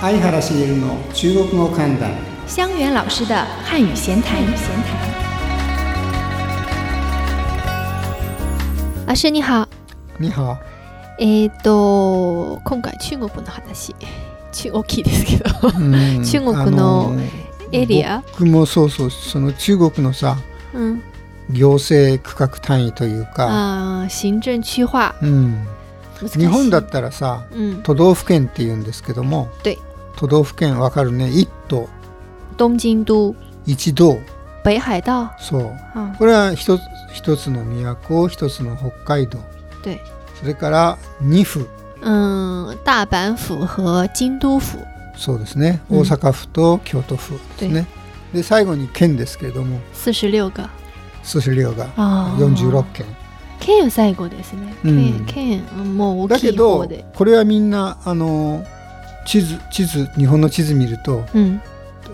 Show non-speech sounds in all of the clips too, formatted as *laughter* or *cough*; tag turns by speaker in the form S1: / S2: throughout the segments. S1: 相原茂の中国語観覧
S2: 香源老师的汉语闲谈。闲谈。老师你好，
S1: 你好
S2: えーっと今回中国の話、中大きいですけど、 *laughs*
S1: うん
S2: 中国の
S1: あ
S2: エリア
S1: 僕もそうそうその中国のさ
S2: うん、
S1: 行政区画単位という
S2: 啊
S1: か、
S2: あー行政区划嗯
S1: うん、
S2: 難しい。
S1: 日本だったらさ
S2: うん、
S1: 都道府県って言うんですけども
S2: 对
S1: 都道府県わかるね一都
S2: 東京都、
S1: 一道
S2: 北海道，
S1: そう
S2: 嗯，
S1: これは一つ一つの都一つの北海道
S2: 对，
S1: それから二府
S2: 嗯，大阪府和京都府，
S1: そうですね
S2: うん
S1: 大阪府と京都府ですね、で最後に県ですけれども
S2: 四十六个
S1: スシリオが
S2: あー
S1: 46県
S2: 県最後ですね。
S1: うん
S2: 県県うんもう大
S1: だ
S2: き
S1: け
S2: い方
S1: ど
S2: で、
S1: これはみんなあの地図地図日本の地図見ると
S2: うん、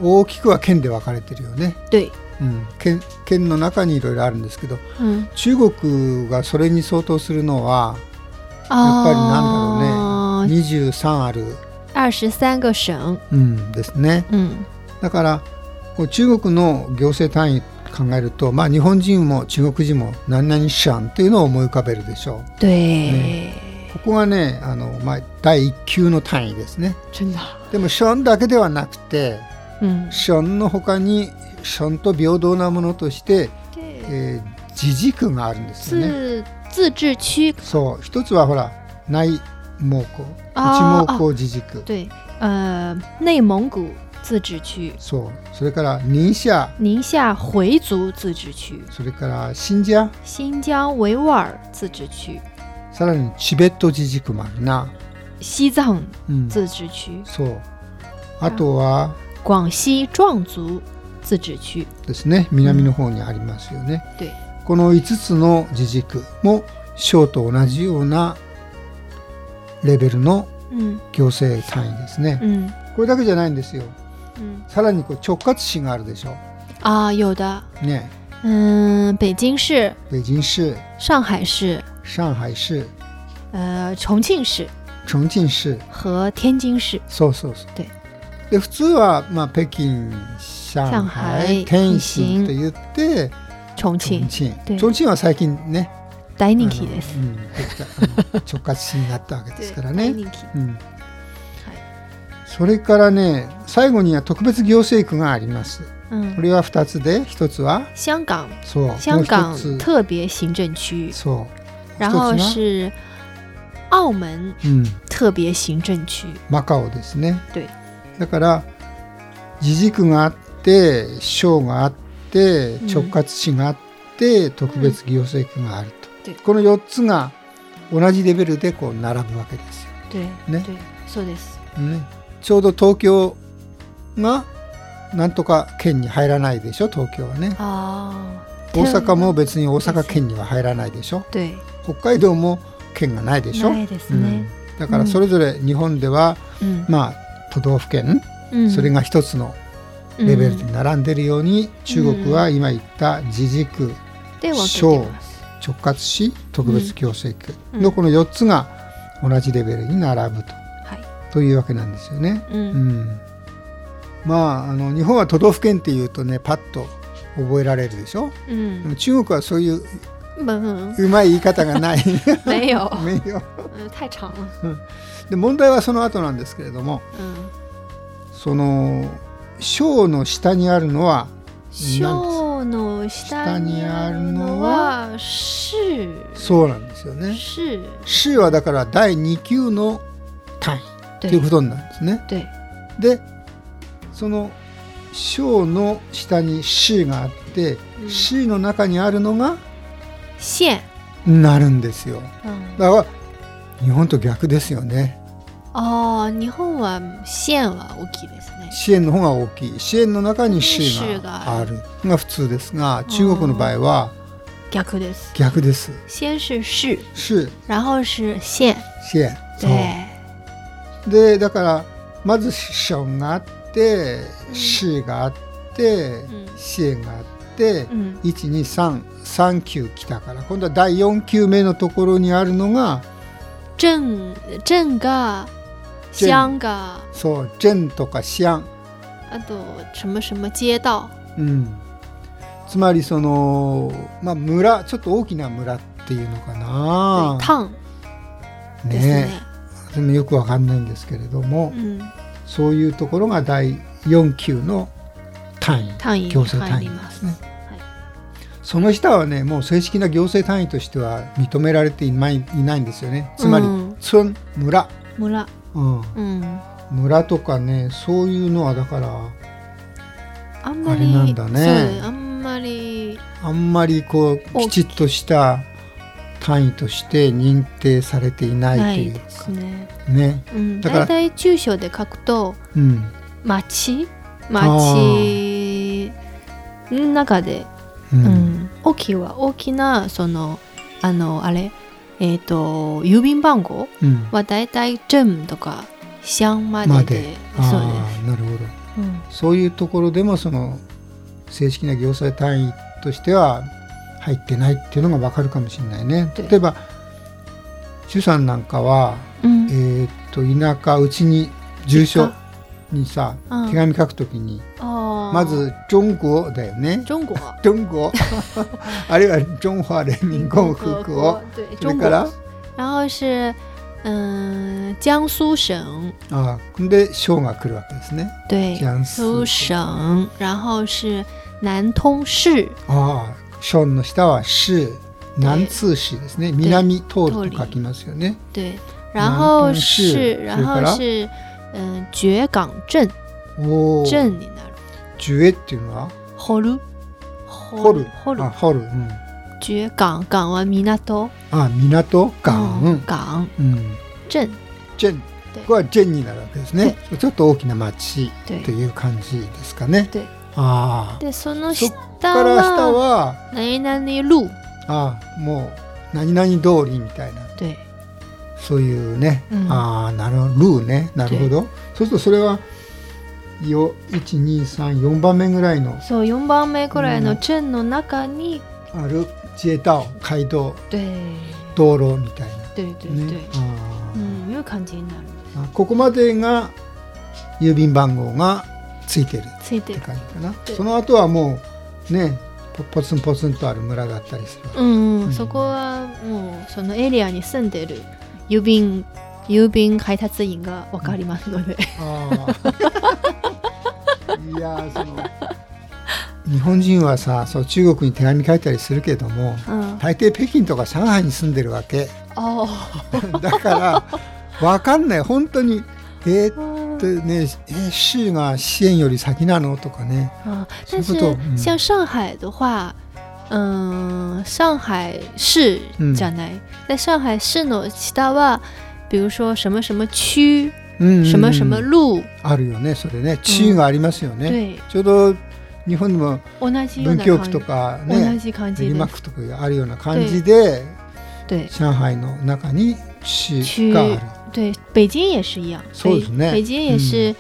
S1: 大きくは県で分かれてるよね、
S2: 嗯对，
S1: うん、県県の中にいろいろあるんですけど
S2: うん、
S1: 中国がそれに相当するのはやっぱりな
S2: あ
S1: んだろう
S2: ー
S1: ね23ある、
S2: 二十三个省，
S1: うん、ですね
S2: うん、
S1: だからこう中国の行政単位考えると、まあ、日本人も中国人も何々シャンっていうのを思い浮かべるでしょ
S2: 对，
S1: うここがねあの、まあ、第1級の単位ですね
S2: 真的，
S1: でもションだけではなくて
S2: うん、
S1: ションの他にションと平等なものとして、
S2: で
S1: えー自治区があるんです
S2: 呃
S1: よね。
S2: 自自治区，
S1: そう一つはほら内蒙古
S2: あー
S1: 内蒙古自治区
S2: 对，呃，内蒙古自治区、
S1: そうそれから寧夏
S2: 宁夏回族自治区、
S1: それから新疆
S2: 新疆维吾尔自治区、
S1: さらにチベット自治区もあるな、
S2: 西藏
S1: うん、
S2: 自治区、
S1: そうあとは
S2: 广西壮族自治区，
S1: ですね南の方にありますよね、
S2: 对，
S1: この5つの自治区も省と同じようなレベルの
S2: 嗯
S1: 行政単位ですね、
S2: 嗯
S1: これだけじゃないんですよ
S2: 嗯
S1: さらにこう直轄市があるでしょ
S2: 啊，有的，
S1: ね
S2: 嗯，北京市、
S1: 北京市
S2: 上海市、
S1: 上海市
S2: 呃，重庆市
S1: 重慶市
S2: 和天津市。
S1: そうそうそう
S2: で
S1: で普通は、まあ、北京上海
S2: 上海
S1: 天津
S2: 天津
S1: と言って
S2: 重
S1: 重嗯
S2: 庆
S1: 慶
S2: で
S1: 重慶は最近ね
S2: 大
S1: あの
S2: 人
S1: うん
S2: 気です。 *laughs*
S1: あの直轄市になったわけですから
S2: 大
S1: ね、
S2: 人気。
S1: うんそれからね最後には特別行政区がありますこ
S2: 嗯，
S1: れは2つで1つは
S2: 香港
S1: そう
S2: 香
S1: も
S2: 港
S1: う1つ
S2: 特别行政区，
S1: そう
S2: 然后
S1: 一つが
S2: 是澳门
S1: うん、
S2: 特别行政区。
S1: マカオですね
S2: 对
S1: だから自治区があって省があって
S2: ん
S1: 直轄市があって、特別行政区があると、
S2: で
S1: この4つが同じレベルでこう並ぶわけです
S2: 对，
S1: ね
S2: 对，そうです。
S1: よ、ね、ちょうど東京がなんとか県に入らないでしょ東京はね
S2: 哦，
S1: 大
S2: 天
S1: 阪も別に大阪県には入らないでしょ
S2: 对，
S1: 北海道も県がないでしょ、
S2: ないです
S1: うん
S2: ね。
S1: だからそれぞれ日本では、
S2: 嗯
S1: まあ都道府県、
S2: 嗯，
S1: それが一つのレベルに並んでいるように、中国は今言った自治区
S2: で分け
S1: 省
S2: てます。
S1: 直轄市特別行政区
S2: うん
S1: のこの4つが同じレベルに並ぶと,、
S2: はい
S1: というわけなんですよね。
S2: うん
S1: うんまああの日本は都道府県っていうとねパッと覚えられるでしょで
S2: 嗯
S1: も中国はそういう
S2: 嗯，
S1: うまい言い方がない
S2: *laughs*
S1: *laughs*
S2: 没 *laughs* 有，
S1: 名誉
S2: 嗯，太长了。
S1: で問題はその後なんですけれども
S2: 嗯，
S1: その省の下にあるのは
S2: 小の下にあるのは市
S1: そうなんですよね。
S2: 市
S1: C はだから第2級の単位ということになるんですね。
S2: 对
S1: でその小の下に C があって、
S2: うん
S1: C の中にあるのが
S2: 县
S1: なるんですよ。
S2: うん
S1: だから日本と逆ですよね。
S2: あー日本は县は大きいですね
S1: 支援の方が大きい。支援の中に C
S2: 市
S1: が
S2: が
S1: あ
S2: あ
S1: る
S2: る
S1: が普通ですが、中国の場合は
S2: 逆です
S1: 逆です。
S2: 先是市
S1: C、
S2: 然后是县
S1: 支援。そうで
S2: 对
S1: だからまずションがあって、
S2: うん
S1: C があって、
S2: ん
S1: C があって、
S2: うん
S1: 1233級来たから今度は第4級目のところにあるのが
S2: 镇镇が
S1: ジェン
S2: 江が
S1: そうジェンとかシアン、
S2: あと什么什么街道
S1: うん、つまりその、まあ、村ちょっと大きな村っていうのかな
S2: タンですね
S1: ねえでもよくわかんないんですけれども、
S2: うん、
S1: そういうところが第4級の単位
S2: 単位に
S1: 行政
S2: 入
S1: 単
S2: り
S1: 位
S2: ま
S1: です
S2: す
S1: ね。その下はねもう正式な行政単位としては認められていないいないんですよねつまり、
S2: うん
S1: 村村、
S2: 村、
S1: うん、
S2: うん、
S1: 村とかねそういうのはだから
S2: あんまり
S1: あれなんだね
S2: そうあんまり
S1: あんまりこう
S2: 大
S1: きち
S2: き
S1: っとした単位として認定されていな
S2: ない
S1: とい
S2: いう
S1: か
S2: ですね。
S1: ね、
S2: うん、
S1: だから
S2: 大体中小で書くと
S1: うん
S2: 町
S1: あ
S2: 町の中で、
S1: う
S2: うん
S1: ん
S2: 大きいは大きなそのあのあれえっ、と郵便番号
S1: うん
S2: は大体郡とか乡までで
S1: まで
S2: そう
S1: ああなるほど
S2: です、うん
S1: そういうところでもその正式な行政単位としては入ってないっていうのがわかるかもしれないね。
S2: で
S1: 例えば主さんなんかは、
S2: うん
S1: えーっと田舎うちに住所にさ
S2: うん
S1: 手紙書くときに
S2: あー
S1: まず「中国」だよね。
S2: 中国
S1: 中国 *laughs* あるいは中華人民共和国
S2: 对
S1: それか
S2: 中国
S1: ら
S2: 然后是嗯、江苏省
S1: ああで省が来るわけですね。
S2: 对
S1: 江
S2: 苏
S1: 蘇
S2: 省，然后是南通市，
S1: ああ、ションの下は市、南通市ですね。南通ると書きますよね。
S2: 对，然后
S1: 南
S2: 是
S1: 通市
S2: 然后是嗯、绝港镇
S1: おお。
S2: 镇里那儿，
S1: ジュエっていうのは
S2: ホル
S1: ホ
S2: ホ
S1: ル。
S2: ホル
S1: あ、ホル。うん、
S2: 绝港港は港
S1: あ、港港。う
S2: うんん。港
S1: うん、
S2: 镇
S1: ジェン。
S2: 对
S1: これはジェンになるわけですね。ちょっと大きな町
S2: 对
S1: という感じですかね
S2: 对。
S1: ああ。
S2: でその
S1: そ
S2: 下
S1: っから下は、
S2: は何々路
S1: ああ、もう、何々通りみたいな。
S2: 对
S1: そういうね、
S2: うん
S1: ああなるほどルーねなるほどそうするとそれはよ1234番目ぐらいの
S2: そう4番目くらいの
S1: うん
S2: 鎮の中に
S1: ある自衛隊街道
S2: 对
S1: 道路みたい
S2: 对对
S1: な、
S2: 对
S1: ね、あ
S2: う
S1: ー
S2: んいう感じになる
S1: あここまでが郵便番号がついてるっ
S2: つい
S1: て
S2: てる
S1: 感じかな
S2: で
S1: その後はもうねポポツンポツンとある村だったりする、
S2: うん、
S1: うん
S2: そこはもうそのエリアに住んでる郵便郵便配達員がわかりますので、
S1: あー *laughs* いやーその日本人はさそう中国に手紙書いたりするけども
S2: うん、あ
S1: 大抵北京とか上海に住んでるわけ
S2: *laughs*
S1: *laughs*
S2: あ
S1: だからわかんない本当にえー、
S2: ー
S1: でね、えー市が支援より先なのとかね。
S2: 啊，
S1: そうい
S2: 但
S1: うこ
S2: 是
S1: とうん
S2: 像上海的话，嗯，上海市
S1: 嗯
S2: じゃない。在上海市の下は、比如说什么什么区、
S1: うんうんうん
S2: 什么什么路，
S1: あるよね、それね、地位がありますよね。
S2: 对，
S1: ちょうど日本でも
S2: 同じよ
S1: 文
S2: うな
S1: 京区
S2: 感
S1: と
S2: じ。
S1: か
S2: 同
S1: ね、
S2: じ感
S1: 練
S2: じで
S1: 馬
S2: す。
S1: 区とかがあるような感じで、
S2: 对
S1: 上海の中に市
S2: 区
S1: がある。
S2: 对，北京也是一样。
S1: そう
S2: 北
S1: ですね
S2: 北京也是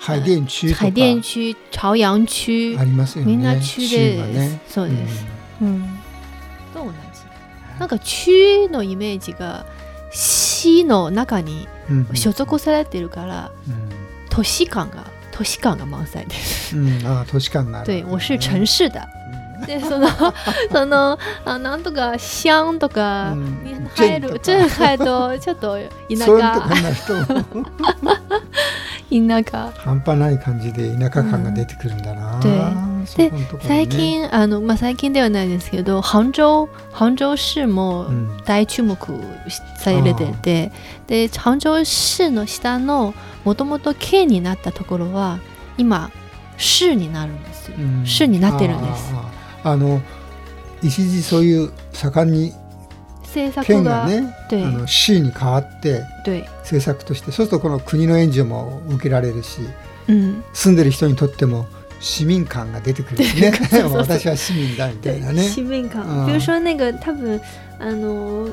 S1: 海淀区とか
S2: 海淀区、朝阳区
S1: あ、りますよね。
S2: みんな区
S1: 市が
S2: で
S1: ね
S2: す。。そう
S1: うん
S2: です。うん。と同じ。なんか区のイメージが市の中に
S1: うん
S2: 所属されてるから、
S1: う
S2: 都市感が都市感が満載です。
S1: んうんああ、都市感がある。
S2: 对、我是城市的。
S1: う
S2: で、その *laughs* そのあなんとか乡とか
S1: うん
S2: に入る、
S1: ジェ
S2: ちょっと入るとちょっと
S1: ん。
S2: 田
S1: そういうとこ
S2: 舎
S1: になると。
S2: 田舎。
S1: 半端ない感じで田舎感が出てくるんだな、
S2: うん
S1: そこのところね
S2: 最、近あのまあ最近ではないですけど、杭州杭州市も
S1: うん
S2: 大注目されてて、で杭州市の下のもともと県になったところは今市になるんですよ。
S1: うん
S2: 州になってるんです
S1: あああああの一時そういう盛んに
S2: 政策
S1: 県
S2: が
S1: がねあ
S2: 对
S1: の市に変わって
S2: 对，
S1: 政策としてそうするとこの国の援助も受けられるし
S2: 嗯，
S1: 住んでる人にとっても市民感が出てくるし
S2: *laughs*
S1: ねもう私は市民だみたいなね、
S2: 新面孔
S1: 嗯
S2: 比如说那个他们あの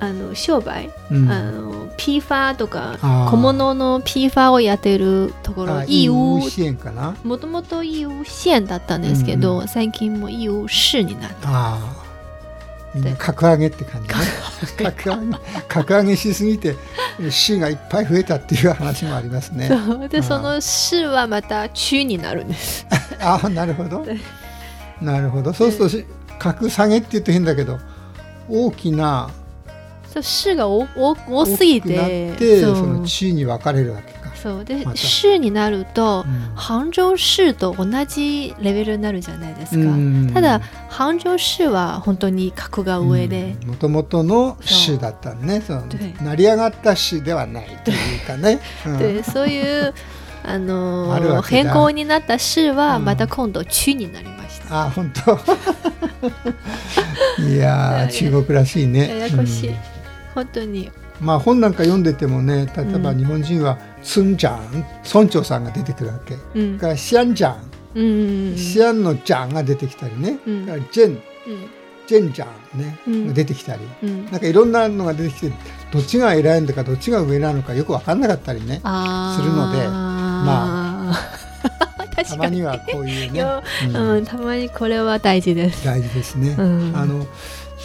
S2: あの商売、
S1: うん
S2: あの批发とか
S1: あー
S2: 小物の批发をやってるところ
S1: あ
S2: 義
S1: 義
S2: 烏
S1: 務支援かな
S2: もともと義烏县だったんですけど、最近も義烏市になった。
S1: あみんな格上げって感じね格上げ格上げしすぎて市がいっぱい増えたっていう話もありますね
S2: そう
S1: う
S2: で
S1: ん
S2: その市はまた区になる
S1: *laughs*
S2: んです。
S1: ああなるほど
S2: で
S1: なるほどそうするとし格下げって言うと変だけど大きな
S2: そう市が多多多す
S1: 大き
S2: ぎ、
S1: くなってて
S2: そう
S1: その地位に分かれるわけか、
S2: そうで
S1: また
S2: 市になると
S1: うん
S2: 杭州市と同じレベルになるじゃないですか。
S1: うん
S2: ただ杭州市は本当に格が上で、
S1: もともとの市だったのねその
S2: 对
S1: 成り上がった市ではないというかね、うん
S2: *laughs* でそういうあのー
S1: あるわけだ
S2: 変更になった市
S1: う
S2: は
S1: ん
S2: また今度区になりました。
S1: あ本
S2: *laughs*
S1: 当い
S2: い
S1: や
S2: や
S1: ー中国らしいね
S2: ややこしい、
S1: うん
S2: 本当に
S1: まあ本なんか読んでてもね例えば
S2: うん
S1: 日本人は「ツンジャン」村長さんが出てくるわけだ
S2: うん
S1: から「シアンジャン」
S2: うんうん
S1: シアンのジャンが出てきたりね、
S2: うん
S1: だからジェン
S2: うん
S1: ジェンジャンね、
S2: うん
S1: が出てきたり
S2: うん
S1: なんかいろんなのが出てきてどっちが偉いのかどっちが上なのかよく分かんなかったりね
S2: あー
S1: するので
S2: まあ確か
S1: *laughs*
S2: に
S1: たまにはこういうね、
S2: *laughs* よ
S1: うん
S2: うん、たまにこれは大事です。
S1: 大事ですね、
S2: うん
S1: あの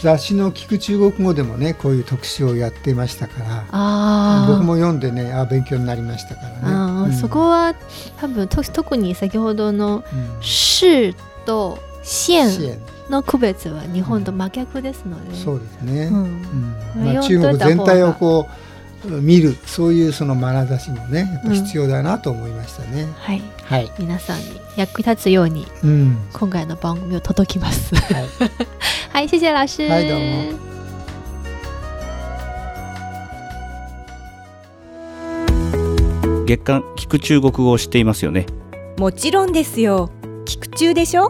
S1: 雑誌の「聞く中国語」でもねこういう特集をやってましたから
S2: あー
S1: 僕も読んでねあ勉強になりましたからね、
S2: あー、
S1: うん
S2: そこは多分と特に先ほどの
S1: うん
S2: 市と
S1: 支
S2: 县
S1: 援
S2: の区別は日本と真逆ですので、
S1: そうですね、
S2: う
S1: うん
S2: ん
S1: まあ、
S2: 読
S1: 中
S2: ん
S1: 国
S2: どいた方が
S1: 全体をこう見るそういうその眼差しもねやっぱ必要だなと思いましたね、
S2: はい、
S1: はい、
S2: 皆さんに役立つように
S1: うん
S2: 今回の番組を届きます。
S1: はい
S2: はい、谢谢老师。
S1: はいどうも
S3: 月刊聞く中国語を知っていますよね
S4: もちろんですよ聞く中でしょ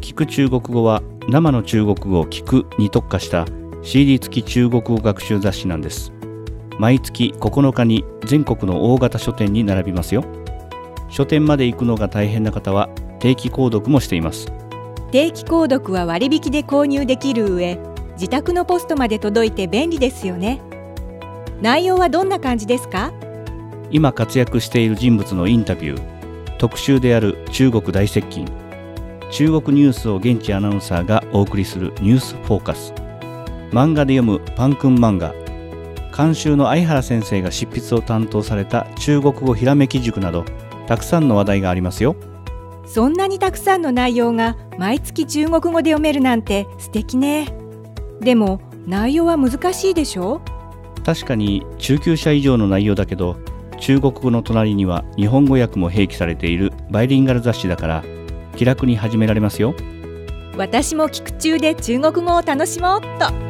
S3: 聞く中国語は生の中国語を聞くに特化した CD 付き中国語学習雑誌なんです毎月9日に全国の大型書店に並びますよ書店まで行くのが大変な方は定期購読もしています
S4: 定期購読は割引で購入できる上自宅のポストまで届いて便利ですよね内容はどんな感じですか
S3: 今活躍している人物のインタビュー特集である中国大接近中国ニュースを現地アナウンサーがお送りする「ニュースフォーカス」漫画で読むパンくん漫画監修の相原先生が執筆を担当された中国語ひらめき塾などたくさんの話題がありますよ
S4: そんなにたくさんの内容が毎月中国語で読めるなんて素敵ねでも内容は難しいでしょ
S3: 確かに中級者以上の内容だけど中国語の隣には日本語訳も併記されているバイリンガル雑誌だから気楽に始められますよ
S4: 私も聞く中で中国語を楽しもうっと